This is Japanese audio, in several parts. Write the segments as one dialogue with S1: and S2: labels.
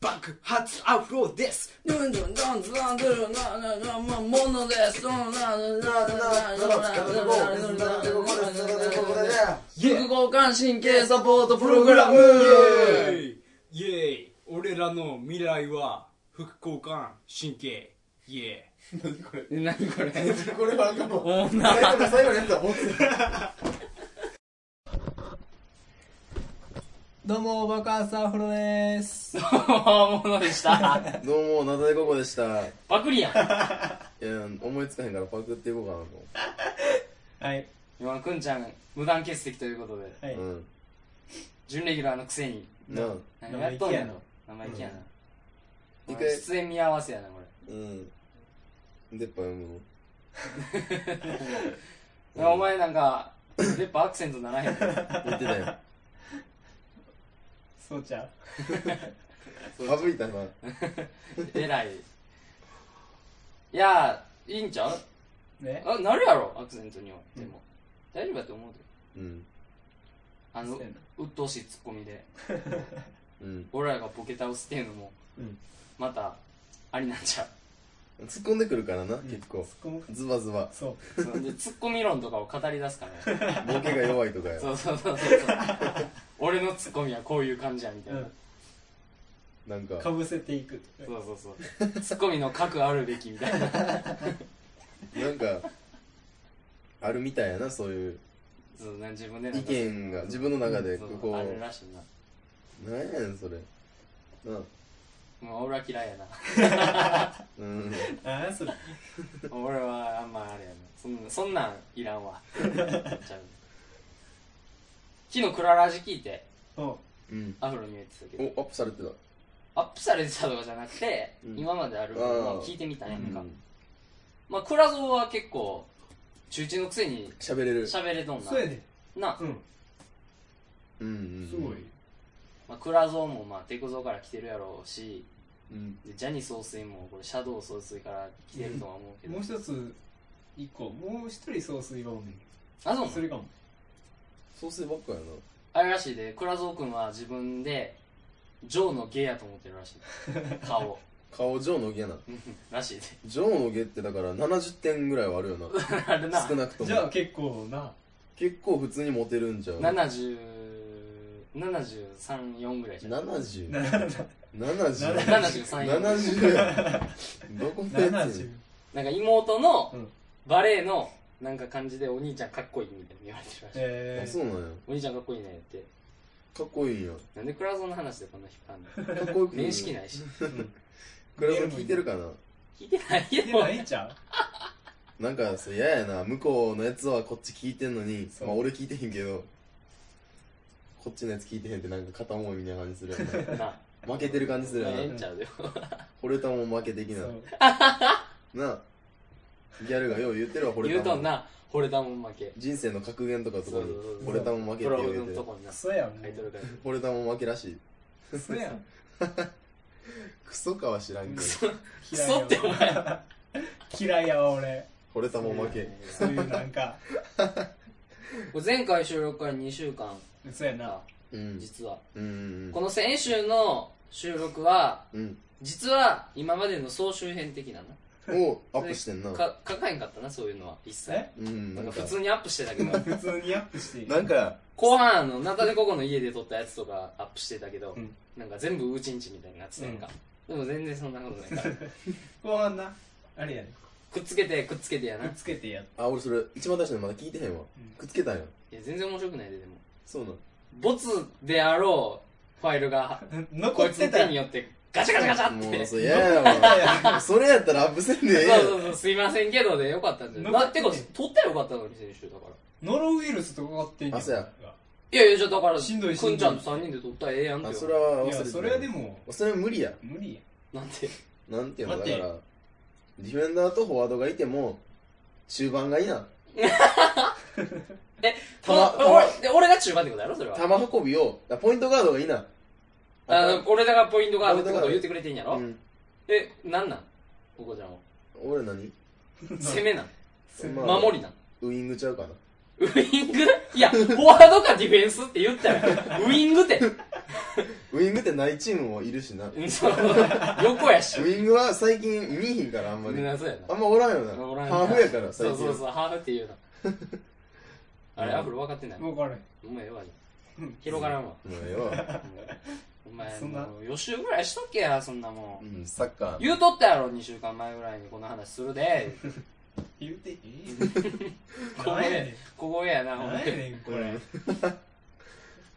S1: 爆発アフロです
S2: ドゥンドゥンドンズワンドゥルナナナナものですドンナナナナ副交感神経サポートプログラム
S1: イエーイ俺らの未来は副交感神経イエ
S3: 何これ
S2: 何これ
S3: これはなんかもう
S2: 女
S3: 最後の最後のやつは持つ
S4: どうも爆発アフロです
S2: ものでした
S5: どうも、ナタデココでした。い
S2: パクリやん
S5: や、思いつかへんからパクっていこうかなと
S4: はい
S2: 今のくんちゃん無断欠席ということで
S4: はい、
S5: 思って。
S2: 準レギュラーのくせに
S5: うん。なあ、
S2: 何やっとんやろ生意気やなお前出演見合わせやなこ
S5: うん。でっぱ読 む
S2: れ
S5: の
S2: お前なんかやっぱアクセントならへん
S5: 言ってたよ。
S4: そうちゃん
S5: 省いたな。
S2: えらいいやいいんちゃう
S4: ね
S2: あなるやろアクセントにはでも、大丈夫やと思うで
S5: うん。
S2: あの
S4: そうやな
S2: 鬱陶しいツッコミで
S5: うん。
S2: 俺らがボケ倒すっていうのも、
S4: うん
S2: またありなんちゃ
S5: 突っ込んでくるからな、結構。
S4: そこ
S5: ズバズバ。
S4: そう 、
S2: そうでツッコミ論とかを語り出すからね
S5: ボケが弱いとか
S2: そ
S5: よ。
S2: うそうそうそう俺のツッコミはこういう感じやみたいう
S4: う
S2: な、
S4: ん、
S5: なんか、
S4: かぶせていくと
S2: そ
S4: か
S2: うそうそうツッコミの核あるべきみたいな
S5: なんか、あるみたいやな、そういう
S2: そうなん自分でな
S5: 意
S2: んか
S5: 見が、自分の中で、
S2: そ
S5: こ
S2: う
S5: こ
S2: あるらしいな
S5: う、なんやねん、それ。なあ、
S2: もう俺は嫌いやな
S5: うん。
S4: ああそれ
S2: 俺はあんまあれやなそんなそんなんいらんわ ちゃう昨日クララジ聞いて
S4: お
S5: うん。
S2: アフロに見えてたけ
S5: お
S2: ど、
S5: アップされてた。
S2: アップされてたとかじゃなくて、
S5: うん
S2: 今まであるもの
S5: あ
S2: を
S5: ー
S2: 聞いてみたんやんか、
S5: うん
S2: まあクラゾーは結構中1のくせに
S5: 喋れる。
S2: 喋れとんな
S4: そうやね
S2: な、
S4: うん
S5: うんうん。
S4: すごい。
S2: まあ、クラゾーもまあテクゾーから来てるやろうし
S5: うん。
S2: でジャニー総帥もこれシャドウ総帥から来てるとは思うけど、
S4: もう一つ一個もう一人総帥がおんねん
S2: あそう
S4: それかも
S5: 創生ばっかやな。
S2: あれらしいでクラゾー君は自分でジョーのゲイやと思ってるらしい顔を
S5: 顔、ジョーのゲな。
S2: うんらしいで
S5: ジョーのゲってだから70点ぐらいはある よな
S2: あれな
S5: 少なくと
S4: じゃあ
S5: も
S4: 結構な
S5: 結構普通にモテるんじゃん
S2: 734ぐらいじゃん
S4: な
S5: 7070
S4: な
S2: 73や
S5: どこのやつ
S4: 70
S2: なんか妹の
S4: うん
S2: バレエのなんか感じでお兄ちゃんかっこいいみたいに言われてるらしい、
S4: え
S5: あそうなんや
S2: お兄ちゃんかっこいいねって
S5: かっこいいんや
S2: なんでクラゾンの話でこんな引っ張ん
S5: かっこよく
S2: の面識
S5: い
S2: ないし
S4: ーうん
S5: クラブ聞いてるかな
S2: 聞いてない
S4: 聞
S2: よ
S4: いてないんちゃう
S5: なんかそう嫌やな向こうのやつはこっち聞いてんのに
S4: そう
S5: まあ俺聞いてへんけどこっちのやつ聞いてへんってなんか片思いみたいな感じするよ な
S2: な
S5: 負けてる感じするよな
S2: ええんちゃうよ
S5: 惚れたもん負け的な
S4: そう
S5: なあギャルがよう言ってるわ惚れた
S2: 言う
S5: も
S2: とんな惚れたもん負け
S5: 人生の格言とかのとこに
S2: そうそうそう
S5: 惚れたもん負け
S2: プ
S5: っ
S2: ロ
S5: て言
S2: グ
S5: う
S2: の
S5: て
S2: とこにな
S4: クソやんも
S2: 書いてる
S4: う
S2: から
S5: 惚れたもん負けらしい
S4: クソやん
S5: クソかは知らんけど
S2: クソってお前
S4: 嫌いやわ俺
S5: 惚れたもん負け
S4: そういうなんか
S2: これ前回収録から2週間
S4: 嘘やな
S2: か
S5: うん
S2: 実は
S5: うんうん
S2: この先週の収録は
S5: うん
S2: 実は今までの総集編的なの
S5: をアップしてんな
S2: か書かへんかったなそういうのは一切
S4: え
S5: うん
S2: な
S5: なんん
S2: か
S5: か
S2: 普通にアップしてたけど
S4: 普通にアップしていい
S5: なんか
S2: 後半あのナタデココの家で撮ったやつとかアップしてたけど、
S4: うん
S2: なんか全部うちんちみたいになってたやんか、でも全然そんなことないから
S4: 後半なあれやね
S2: くっつけてくっつけてやな
S4: く
S2: い
S4: っつけてやっ
S5: あ俺それ一番最初にまだ聞いてへんわ
S4: うん
S5: くっつけたんや
S2: や全然面白くないででも
S5: そうなん
S2: ボツであろうファイルが
S4: 残
S2: こい
S4: っ
S2: つの
S4: て
S2: 手
S4: た
S2: によってガチャガチャガチャっ
S5: も
S2: て
S5: う
S2: そ
S5: そうれ嫌やわそれやったらアップせんでええやん
S2: そうそうすいませんけどでよかったんじゃない
S4: 残
S2: な
S4: っ
S2: って
S4: て
S2: か
S4: ね
S2: 撮ったらよかったのに先週だから
S4: ノロウイルスとかかかってんねん
S5: あそうや
S2: いやいやじゃあだから
S4: しんどいし
S2: く
S4: んどい
S2: んちゃんと3人で撮ったらええやんって
S5: あ
S2: よ
S5: それはい忘れ
S4: や
S5: てた
S4: それはでも
S5: それは無理や
S4: 無理
S2: な
S4: や
S2: んで
S5: なんていうのだ
S4: 待って
S5: からディフェンダーとフォワードがいても中盤がいいな
S2: え、
S5: たま
S2: こ
S5: たま
S2: 俺で俺が中盤ってことやろそれは
S5: 球運びをだからポイントガードがいいな
S2: あの俺らがポイントガードってことを言ってくれてんやろ、
S5: うん
S2: えなんなんここちゃんは
S5: 俺何
S2: 攻めなん
S5: まあ
S2: 守りなん
S5: ウイングちゃうかな
S2: ウイングいやフォワードかディフェンスって言ったよウイングって
S5: ウイングってないチームもいるしな。ウ
S2: うんそう横やし
S5: イングは最近見えひんからあんま
S2: み
S5: り
S2: ん。なそうや
S5: あ
S2: なん
S5: まおらんよな。
S2: おらんよな
S5: ハーフやから最
S2: そう
S5: 近。
S2: そうそうハーフって 言うなあれアフロ分かってない
S4: 分からへん
S2: お前弱いな広がらんわ
S5: もうええわ
S2: お前
S4: そんな
S2: もう予習ぐらいしとけやそんなも
S5: うんん、サッカー。
S2: 言うとったやろ2週間前ぐらいにこの話する で
S4: 言うていい何やね
S2: 小声や
S4: ん
S2: なお
S4: 何や
S2: 前
S4: ねんこれ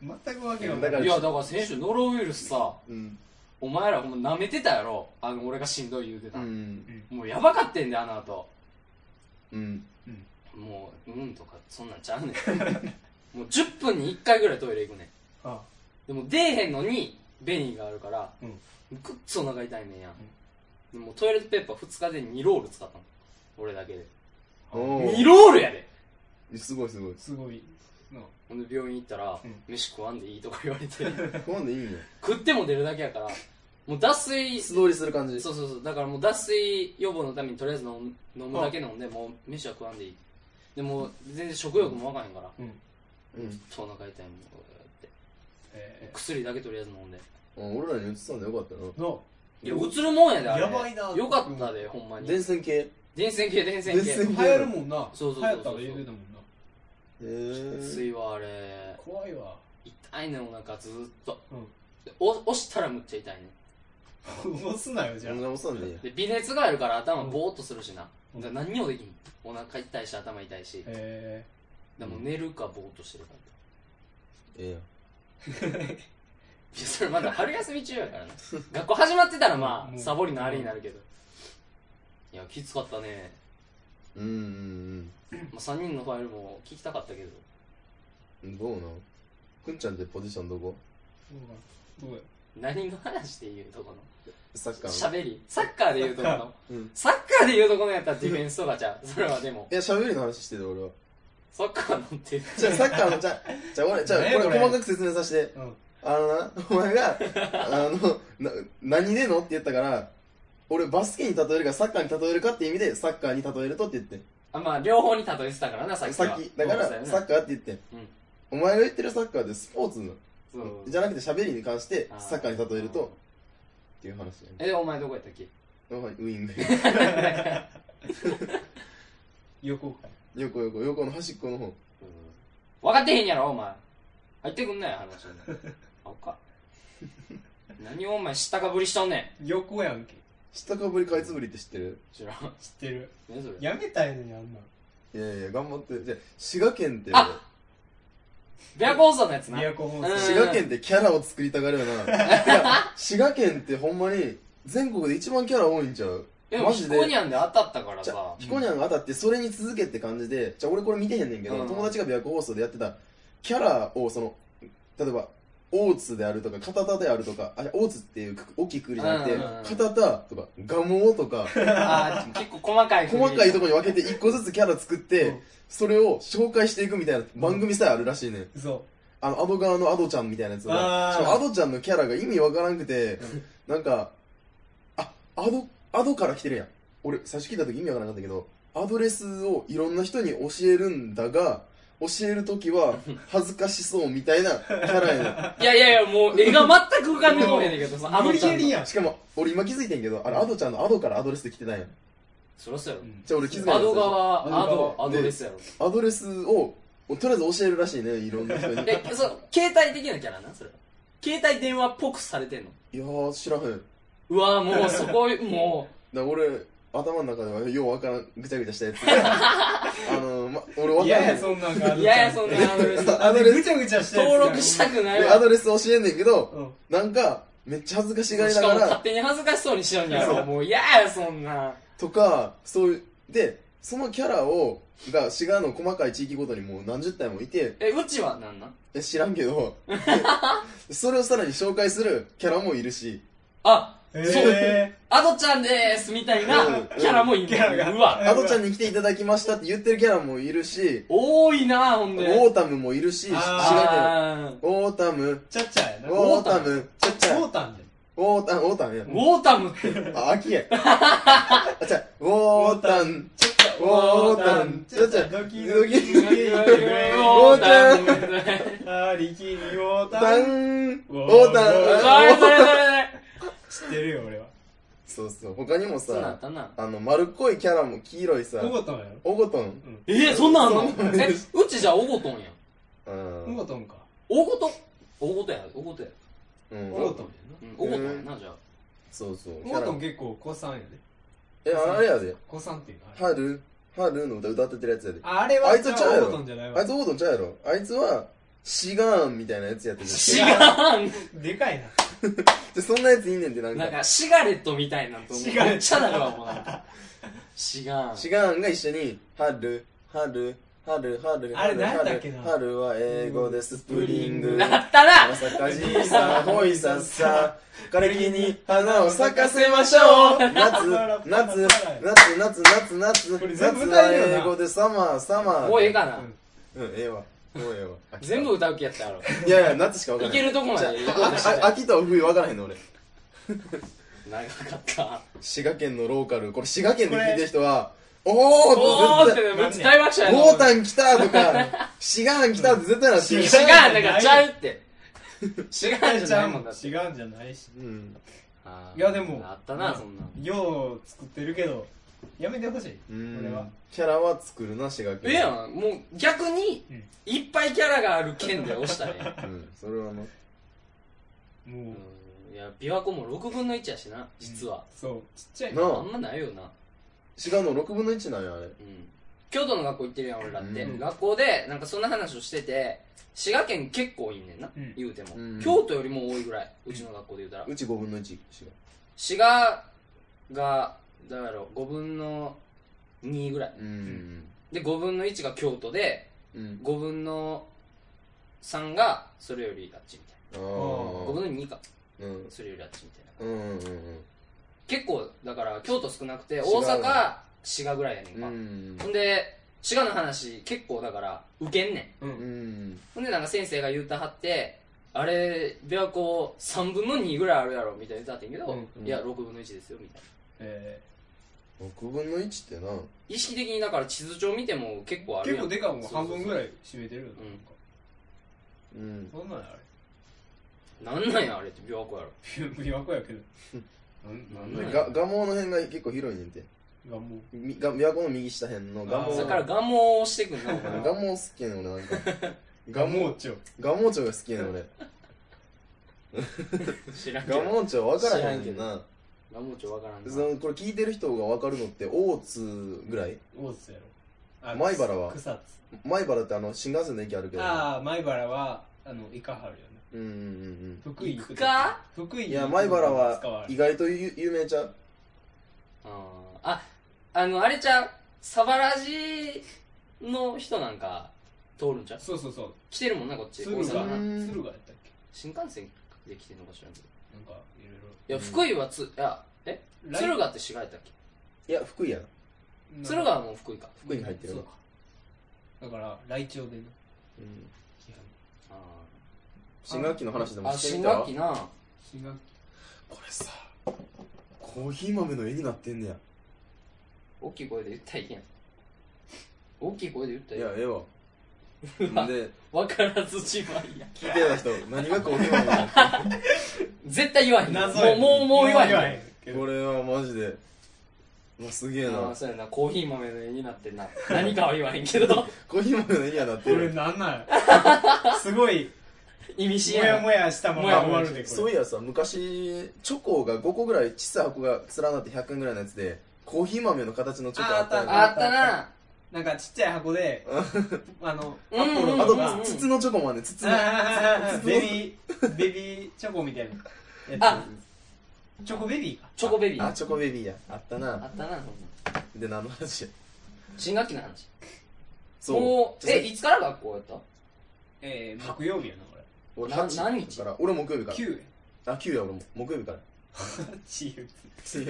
S4: 全くわけわ
S5: だ
S4: か
S5: から
S4: ん
S2: いやだから先週ノロウイルスさ
S5: うん。
S2: お前らほんま舐めてたやろあの俺がしんどい言うてた
S5: う
S2: の
S5: ん。
S2: もうやばかってんであの後
S5: うん。
S2: もううんとかそんなんちゃうねんもう10分に1回ぐらいトイレ行くねん
S4: あ
S2: でも出えへんのに紅があるから、
S4: うん
S2: ぐっつお腹痛いねんや、でもトイレットペーパー2日で2ロール使ったの俺だけで
S5: お
S2: 2
S5: ー
S2: ロールやです
S5: ごいすごい。
S4: すごいな
S2: ほんで病院行ったら、
S4: うん
S2: 飯食わんでいいとか言われて
S5: こんでいいんや。
S2: 食っても出るだけやからもう脱水
S5: 素通りする感じ。
S2: そうそうそうだからもう脱水予防のためにとりあえず飲む飲むだけ飲んでもう飯は食わんでいいでもう全然食欲もわかんへんから、
S5: うん。
S2: ちょっとお腹痛いもんこうやって
S4: え
S2: 薬だけとりあえず飲んで
S5: うん俺らに映ってたんでよかった
S4: ーない
S2: やうつるもんやであれ
S4: やばいな
S2: よかったでほんま
S5: な。
S2: に
S5: 電線系。
S2: 電線系電線
S5: 電
S2: 系
S5: 線系。
S4: 流行るもんな
S2: そうそうそうそう
S4: 流行ったら言うてたもんな
S5: へー
S2: 水はあれ
S4: 怖いわ
S2: 痛いねんお腹ずーっと、
S4: うん
S2: でお押したらむっちゃ痛いね
S4: 押すなよじゃ
S5: そんなおっさんでいいや
S2: ん。で微熱があるから頭ボーっとするしな、
S4: うん
S2: だから何にもできんお腹痛いし頭痛いし、
S4: え
S2: でも寝るかぼーっとしてるか
S5: ええや
S2: い
S5: ん。
S2: やそれまだ春休み中やからな学校始まってたらまあ
S4: もう
S2: サボりのあれになるけど、いやきつかったね、
S5: うんうん
S2: まあ、3人のファイルも聞きたかったけど
S5: うん。どうなんくんちゃんってポジションどこ
S4: どうや
S2: 何の話で言うとこの
S5: サッカーの。
S2: 喋りサッカーで言うとこの
S5: うん。
S2: サッカーで言うとこのやったらディフェンスとかじゃうそれはでも
S5: いや、喋りの話してる俺は。
S2: サッカーなんて
S5: じゃあサッカーの、じゃあ、じゃあ俺、じゃあ
S4: 何や
S5: これ
S4: これ
S5: 細かく説明させて。
S4: うん
S5: あのな、お前が、あの、な何でのって言ったから、俺バスケに例えるかサッカーに例えるかって意味でサッカーに例えるとって言ってん
S2: あまあ両方に例えてたからなさっき
S5: さ
S2: は
S5: っき、だから
S2: そう
S5: サッカーって言ってん
S2: うん
S5: お前が言ってるサッカーってスポーツなの。
S2: そう
S5: じゃなくて喋りに関して
S2: あー
S5: サッカーに例えるとっていう話やね
S2: えお前どこやったっけ
S5: あはいウイング
S4: 横か
S5: 横横横の端っこの方
S2: 分かってへんやろお前入ってくんない話にあおか何をお前知ったかぶりしとんね
S4: 横やんけ
S5: 下かぶりかいつぶりって知ってる
S2: ん知らんね
S4: 知ってる
S2: それ
S4: やめたいのにあんなん
S5: いやいや頑張ってじゃあ滋賀県って
S2: あ琵琶湖放送のやつな
S4: 琵琶湖放
S2: うん
S4: 送
S5: 滋賀県ってキャラを作りたがるよないや滋賀県ってほんまに全国で一番キャラ多いんちゃう
S2: でも
S5: マ
S2: ヒ
S5: ジ
S2: コニ
S5: で
S2: ャンで当たったから
S5: じゃあ
S2: さ
S5: ヒコニャンが当たってそれに続けって感じでじゃあ俺これ見てへんねんけど、
S2: うん
S5: 友達が琵琶湖放送でやってたキャラをその例えば大津であるとか片田であるとかあ大津っていうく大きいくくりじゃなくて、
S2: うんうんうん
S5: 片田とか蒲生 とか
S2: あー結構細かい振り
S5: 細かいとこに分けて一個ずつキャラ作って、
S4: うん
S5: それを紹介していくみたいな番組さえあるらしいねん、
S4: そ
S5: あの、アド側のアドちゃんみたいなやつが、
S4: あー
S5: しかもアドちゃんのキャラが意味わからんくて、なんか、あ、アド、アドから来てるやん。俺、最初聞いた時意味わからなかったけど、アドレスをいろんな人に教えるんだが、教える 時は恥ずかしそうみたいなキャラや
S2: いやいやいやもう絵が全く浮かんでこへんねんけどさ
S4: う
S2: あの
S4: 無理
S2: ちゃ
S4: や
S2: んの
S4: りや
S5: ね
S4: ん
S5: ん。しかも、俺今気づいてんけど、あれ、アドちゃんのアドからアドレスで来てないやん。
S2: そりゃそうやろ
S5: じゃあ俺気づいて
S2: アド側ア
S4: アド
S2: ド
S4: 側
S2: アドですやろ
S5: アドレスを、とりあえず教えるらしいね、いろんな人 に。い
S2: えそう携帯的なキャラなそれ携帯電話っぽくされてんの
S5: やー、知らへん。だか
S2: うわもうそこも
S5: ら俺、頭の中ではようわからん、ぐちゃぐち ゃしたやつが。あのー、ま、俺わ
S4: い
S5: から
S4: やい
S5: んねん
S4: や。そんなんがあ
S2: う
S4: る
S2: いやいやそんなアドレス
S5: アドレス
S4: ぐちゃぐちゃしたやつ
S2: 登録したくない
S5: でア
S2: わ
S5: ドレス教えんねんけど、
S4: うん
S5: なんか、めっちゃ恥ずかし
S2: し
S5: がりな
S2: かも
S5: が
S2: 勝
S5: ら、
S2: 手に恥ずかしそうにしよんやろもう嫌やそんな
S5: とか、そういう、で、そのキャラを、が、滋賀の細かい地域ごとにもう何十体もいて、
S2: えうちはなんなん
S5: え知らんけど、 それをさらに紹介するキャラもいるし、
S2: あ
S4: え
S2: アドちゃんですみたい
S5: うんう
S2: なんキャラもいん
S4: キャラ
S2: の
S4: が
S2: うわ
S5: アドちゃんに来ていただきましたって言ってるキャラもいるし、
S2: 多いなほん
S5: オ
S2: で
S5: ータムもいるし、滋賀
S2: あー
S5: 県。オータム、
S4: ーちゃっちゃやな
S5: オータム、ちゃっちゃ
S4: そ
S5: い、
S4: うたんじ
S5: オータン、オータンや
S2: ウ。ォータムって
S5: あ、秋 や。あ、ちゃう、オータン、
S4: ゃんちゃっちゃ
S5: オータン、ちゃっちゃい、
S4: ドキ
S5: ド
S4: ド
S5: キ
S4: キ
S2: ウォータム
S5: ウォー
S4: あーりきりおた
S5: ダ
S4: ん
S5: ン
S4: うわう
S5: おたん
S2: それ
S5: あ
S2: それそれ
S4: 知ってるよ俺は
S5: そうそう他にも
S2: そうな
S5: さ
S2: ったな
S5: あの丸っこいキャラも黄色いさ
S4: おごたんや
S5: オゴトン
S2: えそんなんあんのえうちじゃあおごとんやん
S5: う
S4: ろお
S5: ん
S4: ごたんか
S2: おごとんおごとやおごとや
S5: うん
S4: おごとん
S2: うんおごとんやなじゃあ
S5: そうそう
S4: お
S5: キ
S4: ご
S5: ャ
S4: た
S5: ラ
S4: ん結構子さんやで
S5: えあれやで
S4: 子さんっていうのあれ
S5: 春春の歌歌ってるやつやで
S4: あれは
S5: あいつちゃうやろ
S4: おごとんじゃない
S5: あ
S4: わ
S5: いつオゴトンちゃうやろあいつはシガーンみたいなやつやってる
S2: シガー
S4: でかいな
S5: でそんなやついんねんってなん
S2: ン
S5: か
S2: なんかシガレットみたいなと思う
S4: シガレット
S2: めっちゃなるわお前シガーン
S5: シガーンが一緒に「春春春春春
S4: あれなんだっけ
S5: 春
S4: な
S5: 春は英語でスプリ ング」
S2: なったな
S5: まさかじいさん、ほいさっさ、枯れ木に花を咲かせましょう夏、夏、夏、夏、夏、夏、
S4: これ全部
S5: 夏
S4: 歌
S5: は
S4: えるよな
S5: 英語でサマー、サマー。
S2: もうええかな
S4: うん
S5: うん、ええわ。もうええわ。飽きた
S2: 全部歌う気やったやろ
S5: いやいや、夏しかわから
S2: い
S5: ない。
S2: けるとこまで行こうとして
S5: ああ秋と冬わからへんの俺。
S2: 長かった
S5: 滋賀県のローカル、これ滋賀県で聞いてる人は、お
S2: お
S5: ー
S2: ー
S5: っ
S2: っててめっちゃ大爆笑
S5: 絶
S2: や
S5: 対、
S2: な
S5: ゴータン来たとか、シガーン来たって絶対なってる
S4: シ
S2: シガーンだから
S4: ない
S2: ちゃうってシガーンじゃないもんだって
S4: 違うんじゃないし
S5: うん。
S2: あー
S4: いやでも
S2: あったなそんなん
S4: よう作ってるけどやめてほしい
S5: うん
S4: 俺は
S5: キャラは作るな、滋賀県。
S2: ええやんもう逆に
S4: うん
S2: いっぱいキャラがある県で押したらええ やん
S5: うん、それはな。
S4: もう
S2: うんいや琵琶湖も6分の1やしな実は、
S4: そうちっちゃい
S5: な
S2: あ
S5: あ
S2: ん、まないよな
S5: 滋賀の6分の1なんや、あれ。
S2: うん京都の学校行ってるやん俺らって、
S5: うん
S2: 学校でなんかそんな話をしてて滋賀県結構いんねんな、
S4: うん
S2: 言うても、
S5: うん
S2: 京都よりも多いぐらいうちの学校で言うたら、
S5: うち5分の1しか
S2: 滋賀がだやろ5分の2ぐらい
S5: うん
S2: で5分の1が京都で
S5: うん
S2: 5分の3がそれよりあっちみたい
S5: ああ
S2: な
S4: ー
S2: 5分の2か
S5: うん
S2: それよりあっちみたいな
S5: うんうんうん
S2: 結構だから京都少なくて
S5: 滋
S2: 大
S5: 賀
S2: 阪滋賀ぐらいやねん
S5: う
S2: か、
S5: ん
S2: ほんで滋賀の話結構だからウケんねん
S4: う
S5: うんん
S2: ほんでなんか先生が言うたはってあれ琵琶湖3分の2ぐらいあるやろみたいな言うたはってんけど、
S4: う
S2: いや6分の1ですよみたいな
S4: え
S5: 6分の1ってな
S2: 意識的にだから地図帳見ても結構あ
S4: ー
S2: るや
S4: 結
S2: ん
S4: 構でかいもん
S2: そうそう
S4: 半分ぐらい占めてるよ
S2: うん
S5: うん
S4: そんなんやあれ
S2: なんなんやあれって琵琶湖やろ
S4: 琵琶湖やけどな
S2: う
S4: ん
S2: ん
S4: なんや
S5: が蒲生の辺が結構広いねんて
S4: がもう
S5: みが琵琶湖の右下辺の蒲
S4: あー
S2: そ
S5: 生
S2: れから願望をしてくんなお前
S5: 蒲生好きやねん俺なんか
S4: が
S5: 蒲
S4: も
S5: 生
S4: うちょ
S5: 蒲生町が好きやねん俺
S2: 知らんけど
S5: 蒲生町分からへんねん
S2: 知ら
S5: な
S2: 願望ちょわからんな
S5: そのこれ聞いてる人が分かるのって大津ぐらい
S4: 大津やろあ
S5: 米原は
S4: 草
S5: 米原ってあの新幹線の駅あるけ
S4: 津
S5: ど
S4: ああ米原はあのイカハルよね
S5: うんうんうん
S4: 福井
S2: 行くか
S4: 福井
S5: うんいや米原
S4: 塚
S5: は
S4: 原
S5: 意外とゆ有名ちゃう
S2: あーああのあれちゃうサバラジの人なんか通るんちゃう
S4: そうそうそう
S2: 来てるもんなこっち
S4: 敦賀
S2: 大阪な
S5: うん
S4: 敦賀やったっけ
S2: 新幹線で来てんのか知らんけど
S4: なんかいろ
S2: いや
S5: うん
S2: 福井はついやえ
S4: いろ
S2: 敦賀って滋賀やったっけ
S5: いや福井やな
S2: 敦賀はもう福井か
S5: 福井に入ってる
S4: そ
S5: わ
S4: うかだから来庁でな
S5: うん
S2: あ
S5: 新学期の話
S2: ー
S5: でも
S2: あ
S5: して
S2: 新
S5: みたら
S2: 学期な
S4: 新学
S5: これさコーヒー豆の絵になってんね
S2: 大きい声で言ったらいいやん大きい声で言った
S5: や
S2: ら
S5: い
S2: いい
S5: や
S2: やん
S5: ええわんで
S2: わからずじまいや
S5: 聞いてた 人何がコーヒー豆なのっ
S2: 絶対言わへん
S4: 謎
S2: もうもうもう言わへん
S4: んけ
S5: て
S4: ど
S5: これはマジでもうすげえ
S2: ああ
S5: な
S2: そうやなコーヒー豆の絵になってんな 何かは言わへんけど
S5: コーヒー豆の絵にはなって
S4: これ
S5: る
S4: なんなんやすごい
S2: 意味深
S4: も
S2: や
S4: や
S2: な
S4: もやしたまま終わるで
S5: そう
S4: こ
S5: いやさ昔チョコが5個ぐらい小さい箱が連なって100円ぐらいのやつでコーヒー豆の形のチョコあったよね
S2: あったな
S4: れなんかちっちゃい箱であの
S2: うんうんうんうん
S5: あと
S2: うん
S5: つ筒のチョコもあんねん筒の
S4: あー
S5: 筒
S4: ベビーベビーチョコみたいなや
S2: あ
S4: つチョコベビーか
S2: チョコベビー
S5: あ
S2: あ
S5: チョコベビーやあったな
S2: ったなそんなん
S5: で何の話や
S2: 新学期の話も
S5: そう
S2: えいつから学校やっ
S4: えー、木曜日やなこれ
S5: 俺
S2: な
S5: 8
S2: 何日
S5: だから俺木曜日から
S4: 9
S5: あ9や俺も木曜日からすい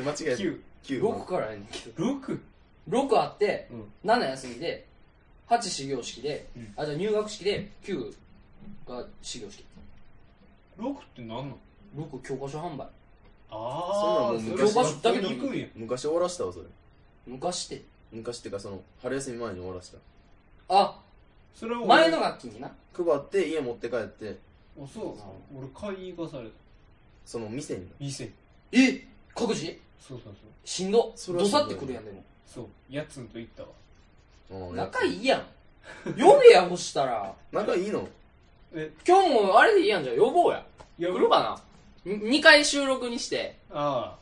S5: ません間違え
S4: 9
S5: た9
S2: 6からやねんけ
S4: 6
S2: ど6あって
S4: うん
S2: 7休みで8始業式で
S4: うん
S2: あじゃあ入学式で9が始業式
S4: 6ってなんなん
S2: 6教科書販売
S4: ああ
S5: そんなんもう
S2: 昔だけど
S4: 行くんや
S5: 昔終わらしたわそれ
S2: 昔って
S5: 昔ってかその春休み前に終わらした
S2: あ
S4: それは俺
S2: 前の楽器にな
S5: 配って家持って帰って
S4: あそう俺買いに行かされた
S5: その店に
S4: 店
S2: え各自
S4: そうそうそう
S2: しんど
S5: それは
S2: ど
S5: しんどい
S2: さってくるやんでも
S4: そうやつんと行ったわ
S5: うん
S2: 仲いいやん呼べやほしたら
S5: 仲いいの
S4: え
S2: 今日もあれでいいやんじゃあ呼ぼうや
S4: や
S2: 来るかな2回収録にして
S4: あ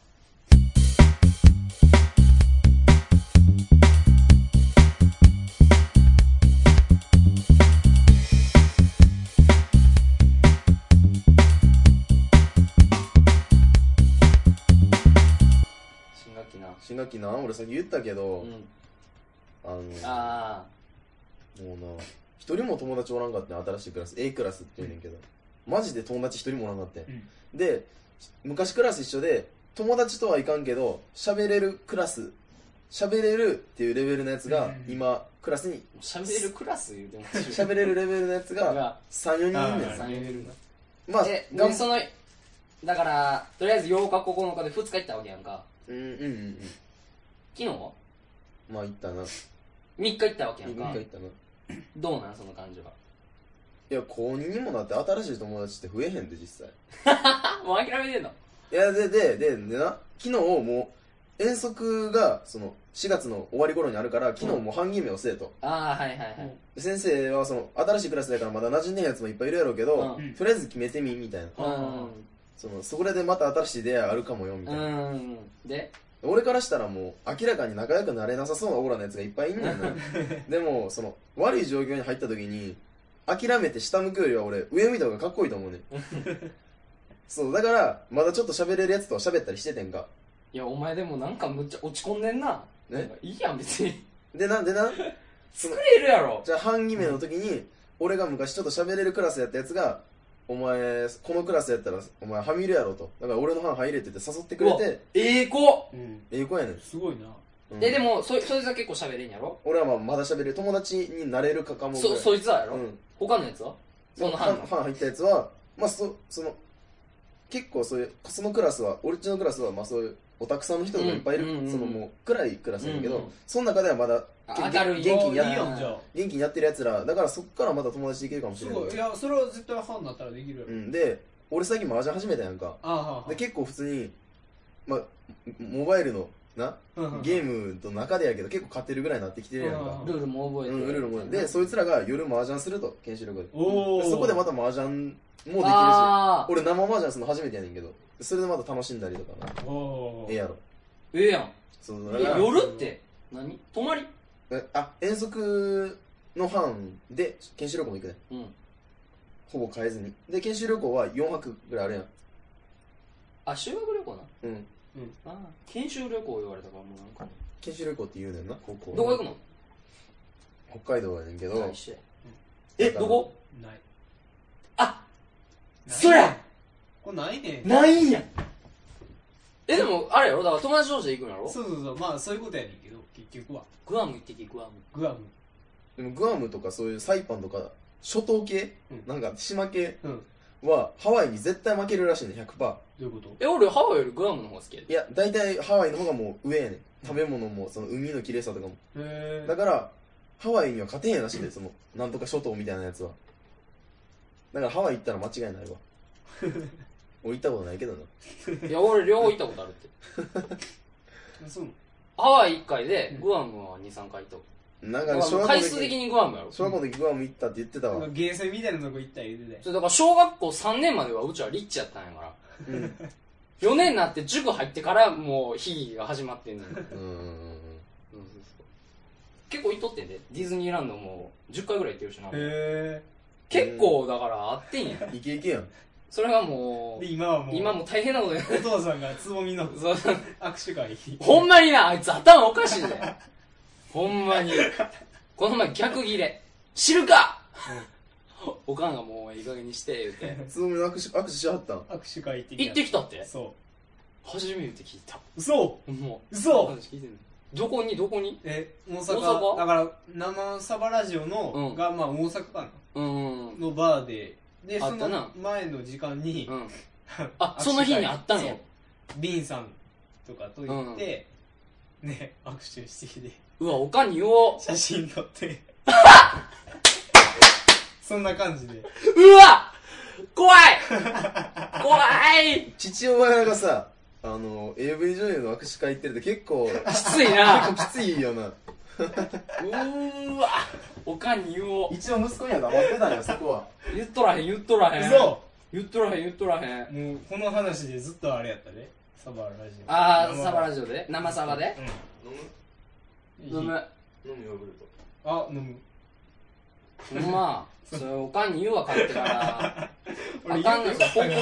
S2: 新学期な
S5: 新学期な俺さっき言ったけど、
S2: うん
S5: あの
S2: あ
S5: もうな一人も友達おらんかったん新しいクラス A クラスって言うねんけど、マジで友達一人もおらんかったん、
S4: うん
S5: で昔クラス一緒で友達とはいかんけど喋れるクラス喋れるっていうレベルのやつが、
S4: うん
S5: 今クラスに
S2: あしゃべれるクラス言うても
S5: 喋れるレベルのやつが
S2: が
S5: 34人いんね
S4: はい
S5: ん
S2: 3人いるな
S5: まあ
S2: え
S5: がん
S2: でそのだからとりあえず8日9日で2日行ったわけやんか
S5: うんうんうんうん
S2: 昨日
S5: まあ行ったな
S2: 3日行ったわけやん
S5: 一
S2: か
S5: 回行ったな
S2: どうなんその感じはい
S5: や高2にもなって新しい友達って増えへんで実際
S2: あもう諦めてんの
S5: いやででででな昨日もう遠足がその4月の終わり頃にあるから昨日もう半決めをせえと、
S2: ああはいはいはい、
S4: うん
S5: で先生はその新しいクラスだからまだ馴染んでへんやつもいっぱいいるやろうけど、
S4: うん
S5: とりあえず決めてみみたいな
S2: う
S5: そのそこでまた新しい出会いあるかもよみたいな、
S2: んうんで
S5: 俺からしたらもう明らかに仲良くなれなさそうなオーラのやつがいっぱいいんねんな でもその悪い状況に入った時に諦めて下向くよりは俺上向いた方がかっこいいと思うねんそうだからまだちょっと喋れるやつとは喋ったりしててんか
S2: いやお前でもなんかむっちゃ落ち込んでんなな
S5: ね
S2: んかいいやん別に
S5: でなんでな
S2: 作れるやろ
S5: じゃあ半決めの時に俺が昔ちょっと喋れるクラスやったやつが「お前このクラスやったらお前はみ出るやろ」とだから俺の班入れって言って誘ってくれ
S2: うわ
S5: て
S2: ええ子
S4: あうん
S5: ええ子やねん、
S4: すごいな
S5: うん
S2: えでもそそいつは結構喋れんやろ
S5: 俺はまあまだ喋れる友達になれるかかもぐ
S2: そ
S5: らい
S2: そいつはやろ、
S5: うん
S2: 他のやつはその班
S5: 班
S2: の
S5: 班入ったやつはまあそその結構そういうそのクラスは俺っちのクラスはまあそういうオタクさんの人がいっぱいいる、
S2: うんうんうんうん
S5: そのもう暗いクラスやねんけど、
S2: うんうん
S5: その中ではまだ
S2: あ明るい
S5: 元気にや
S4: あいい
S5: っ
S4: やんじゃあ
S5: 元気にやってるやつらだからそっからまた友達できるかもし
S4: す
S5: れない
S4: ごいいやそれは絶対ファンになったらできるやろ、
S5: うん、で俺最近麻雀始めたやんか
S4: ああはあ
S5: で結構普通に、まあ、モモバイルのなゲームの中でやけど結構勝てるぐらいになってきてるやん
S4: うんうん
S5: か
S4: うん
S2: ルールも覚え
S5: う
S2: て、
S5: んルールもでそいつらが夜麻雀すると研修力
S4: お
S5: で
S4: お
S5: そこでまた麻雀もできるし
S2: ああ
S5: 俺生麻雀するの初めてやねんけどそれでまた楽しんだりとか
S4: お
S5: な
S4: お
S5: ええやろ
S2: ええやん
S5: そう
S2: え
S5: だから
S2: 夜って何泊まり
S5: えあ遠足の班で研修旅行も行くね
S2: うん
S5: ほぼ変えずにで研修旅行は4泊ぐらいあるやん
S2: あ修学旅行な
S5: うん
S2: ああ研修旅行言われたからもうなんか
S5: 研修旅行って言うねんな高校
S2: どこ行くの
S5: 北海道やねんけど
S2: 何して
S5: え
S2: えどこ
S4: ない
S2: あ
S4: ない
S2: そや
S4: これないね
S2: ないんやえでもあれやろだから友達同士で行くんやろ
S4: そうそうそうまあそういうことやねんけど結局は
S2: グアム行ってきグアム
S4: グアム
S5: でもグアムとかそういうサイパンとか諸島系、
S4: うん
S5: なんか島系
S4: うんど
S5: はハワイに絶対負けるらしいね100%
S4: ういうこと
S2: え俺ハワイよりグアムの方が好きやで
S5: いや大体ハワイの方がもう上やねん食べ物もその海の綺麗さとかも
S4: へ
S5: だからハワイには勝てへんらしいでそのなんとか諸島みたいなやつはだからハワイ行ったら間違いないわ俺行ったことないけどない
S2: や俺両方行ったことあるって
S4: えそう
S2: ハワイ1回でグアムは23回行っ
S5: なん
S2: た
S5: かね小
S2: グアム
S5: 学校の
S2: 回数的
S5: 時
S2: にグアムやろ
S5: 小学校の時グアム行ったって言ってた
S4: なん
S5: わ
S4: か、ゲーセンみたいなとこ行った言うてたよ
S2: それだから小学校3年まではうちはリッチやったんやから
S5: うん、うん
S2: 4年になって塾入ってからもう悲劇が始ま ってんねんうんそう
S5: うんうん
S2: そう結構行っとってんでディズニーランドも10回ぐらい行ってるしな
S4: へ
S2: 結構だからあってんや
S5: うんイケイケやん
S2: それが
S4: え
S2: も
S4: で今はも
S2: う
S4: う
S2: 今もう大変なことや
S4: お父さんがつぼみの
S2: そう
S4: 握手会
S2: ほんまにな、あいつ頭おかしいね。ほんまに。この前逆ギレ。知るか、 おかんがも ういい加減にして、言うて。
S5: つぼみの握手握手しはったん
S4: 握手会行って
S2: 行ってきたって
S4: そ
S2: 初めて聞いた。
S4: う嘘
S2: もう。
S4: 嘘
S2: 聞いてんのどこにどこに
S4: え大
S2: 大
S4: 阪
S2: 阪
S4: だから生サバラジオ
S2: う
S4: の
S2: ん
S4: がまあ大阪か
S2: うん。うん
S4: な。のバーでで
S2: あ
S4: そ
S2: ったな
S4: の前の時間に
S2: あ、その日にあったんや。
S4: リンさんとかと行って、ね握手してきて
S2: うわ、おかんに言おう。
S4: 写真撮って そんな感じで。
S2: うわ怖い 怖い
S5: 父親がさあの AV 女優の握手会行ってるって結構
S2: き
S5: 結
S2: ついな
S5: 構きついよな
S2: うーわおかんに言おう
S5: 一応息子には黙ってたんよそこは
S2: 言っとらへん言っとらへん
S4: 嘘
S2: 言っとらへん言っとらへん
S4: もうこの話でずっとあれやったでサバラジオ
S2: あーサバラ
S4: ジ
S2: ジオで生サバで
S4: うん
S2: 飲む
S5: 飲むヨーグルト
S4: あ飲む
S2: ほんまそれおかんに言うわ帰ってからあかんな報告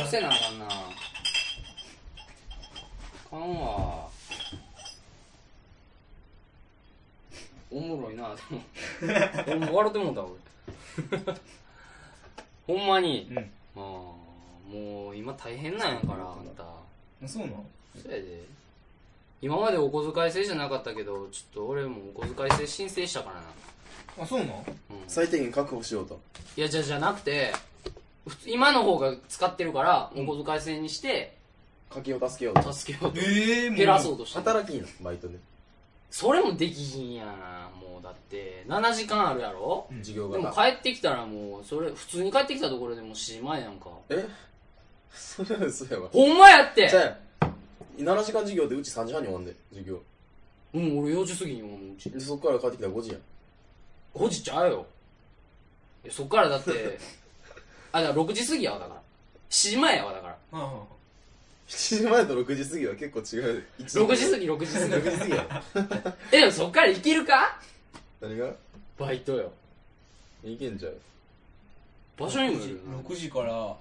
S2: せなあかんなあかんわおもろいな でも俺も笑ってもうた俺 ほんまに、
S4: うん
S2: あーもう今大変なんやからあんた
S4: あそうなの
S2: そやで今までお小遣い制じゃなかったけどちょっと俺もお小遣い制申請したからな、
S4: あそうなの
S2: うん
S5: 最低限確保しようと
S2: いや、じゃ、じゃなくて、普通今の方が使ってるから、お小遣い制にして、
S5: 家計を助けようと
S2: 助けようと。
S4: ええもう
S2: 減らそうとした。
S5: 働きいいのバイトで
S2: それもできひんやな、もう。だって、7時間あるやろ
S4: うん
S5: 授業
S2: でも
S5: が
S2: 帰ってきたらもう、それ、普通に帰ってきたところでもう4前やんか。
S5: え それは嘘やわ
S2: ほんまやって
S5: じゃあ7時間授業でうち3時半に終わんで授業
S2: うん、俺4時過ぎにもううち。
S5: でそこから帰ってきたら5時やん
S2: 5時ちゃうよ。いやそっからだって、あ、だから6時過ぎやわ、だから。4前やわ、だから。
S4: はあは
S5: 7時前と6時過ぎは結構違う6
S2: 6時過
S5: ぎ
S2: ぎ、6時過ぎ。
S5: 6時過ぎや
S2: え、でもそっから行けるか
S5: 何が
S2: バイトよ。
S5: いけんじゃう
S2: 場
S4: あ
S2: 所にもよるよな
S4: 6時から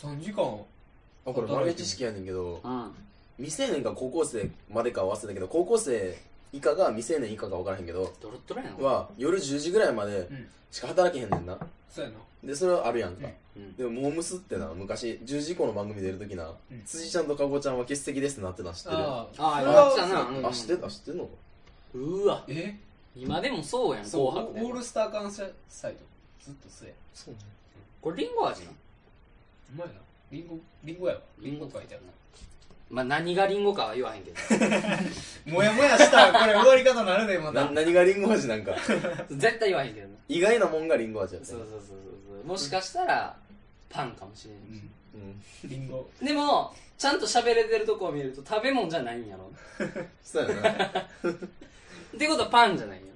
S4: 3時間
S5: あこれ豆知識やねんけど
S2: うん。
S5: 未成年か高校生までかは忘れたけど高校生以下が未成年以下か分からへんけど
S2: ドロッドロやな。
S5: は夜10時ぐらいまで
S4: うん
S5: しか働けへんねんな
S4: そうやな
S5: でそれはあるやんか、
S2: うん
S5: でもモームスってな昔10時以降の番組出るときな、
S4: うん
S5: 辻ちゃんとかごちゃんは欠席ですってなってたの知ってるあ
S2: ああ、
S4: そ
S2: 言
S4: れは
S2: ってたな。うん
S5: 知ってた知ってんの
S2: うわ、
S4: え
S2: 今でもそうやん、
S4: そう
S2: 紅
S4: オ
S2: 白で
S4: ー。ルスター感謝祭とかずっとそうや
S5: そう
S2: これリンゴ味な
S4: うまいなリンゴリンゴやわリンゴ書いてある
S2: まあ何がリンゴかは言わへ んけど。
S4: もやもや したこれ終わり方なるでま
S5: な
S4: た
S5: 何がリンゴ味なんか
S2: 絶対言わへんけどな。
S5: 意外なもんがリンゴ味やった
S2: そう
S5: よ
S2: そうそうそう。もしかしたら、パンかもしれんし。
S5: うん
S4: リンゴ
S2: でも、ちゃんと喋れてるとこを見ると食べ物じゃないんやろ。
S5: そうやな
S2: ってことはパンじゃないんや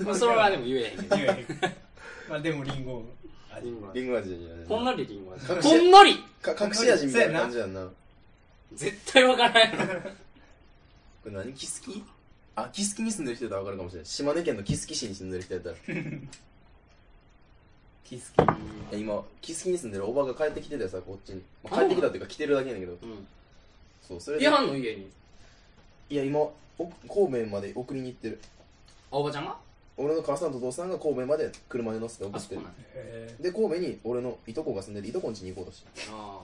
S2: ろ。まあそれはでも言えへんけど。
S4: 言えへんまあでもリンゴ
S2: リンゴ味
S5: リンゴ味やね
S2: ほんのりリン ゴ味。
S5: 隠し
S2: ほんのり
S5: か隠し味みたいな感じやんなこ
S2: 絶対わからんやろ。
S5: れ何キスキあキスキに住んでる人やったら分かるかもしれない島根県のキスキ市に住んでる人やったら
S4: キス
S5: え今キスキに住んでるおばが帰ってきてたよさこっちに、まあ帰ってきたっていうか来てるだけやねんけど
S2: うん。
S5: そうそれで
S2: ピアンの家に。
S5: いや今お神戸まで送りに行ってる
S2: あ、おばちゃんが
S5: 俺の母さんと父さんが神戸まで車で乗せて送
S2: あ、
S5: っ
S2: そ
S5: て
S2: う
S5: る
S2: なんや。
S4: え
S5: で神戸に俺のいとこが住んでるいとこん家に行こうとして
S2: ああ。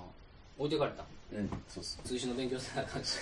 S2: 置いてかれた。
S5: うんそうっす
S2: 追試の勉強せなあかんし